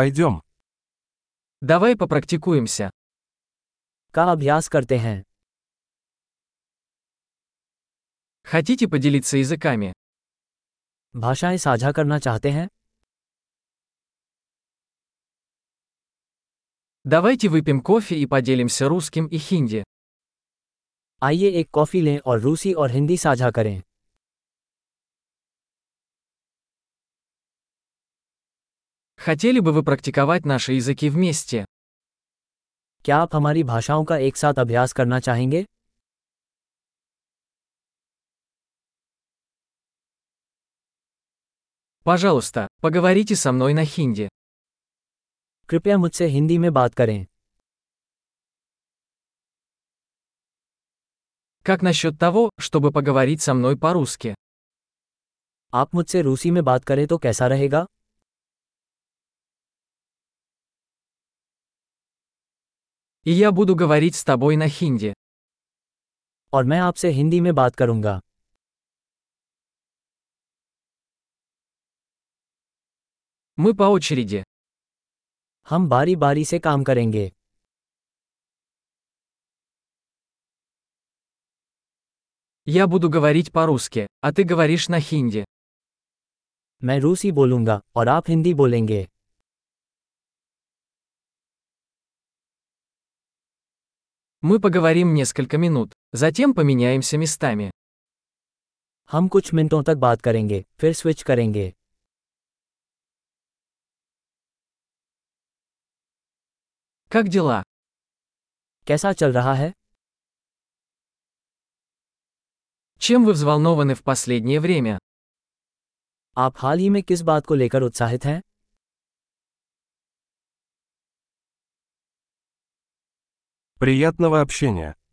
Пойдем. Давай попрактикуемся. का अभ्यास करते हैं Хотите поделиться языками? भाषाएं साझा करना चाहते हैं Давайте выпьем кофе и поделимся русским и хинди. आइए एक कॉफ़ी लें और रूसी और हिंदी साझा करें Хотели бы вы практиковать наши языки вместе? क्या आप हमारी भाषाओं का एक साथ अभ्यास करना चाहेंगे Пожалуйста, поговорите со мной на хинди. कृपया मुझसे हिंदी में बात करें Как насчет того, чтобы поговорить со мной по-русски? आप मुझसे रूसी में बात करें तो कैसा रहेगा И я буду говорить с тобой на хинди. और मैं आपसे हिंदी में बात करूंगा Мы по очереди. हम बारी बारी से काम करेंगे Я буду говорить по-русски, а ты говоришь на хинди. मैं रूसी बोलूंगा और आप हिंदी बोलेंगे Мы поговорим несколько минут, затем поменяемся местами. हम कुछ मिनटों तक बात करेंगे फिर स्विच करेंगे Как дела? कैसा चल रहा है Чем вы взволнованы в последнее время? आप हाल ही में किस बात को लेकर उत्साहित हैं Приятного общения.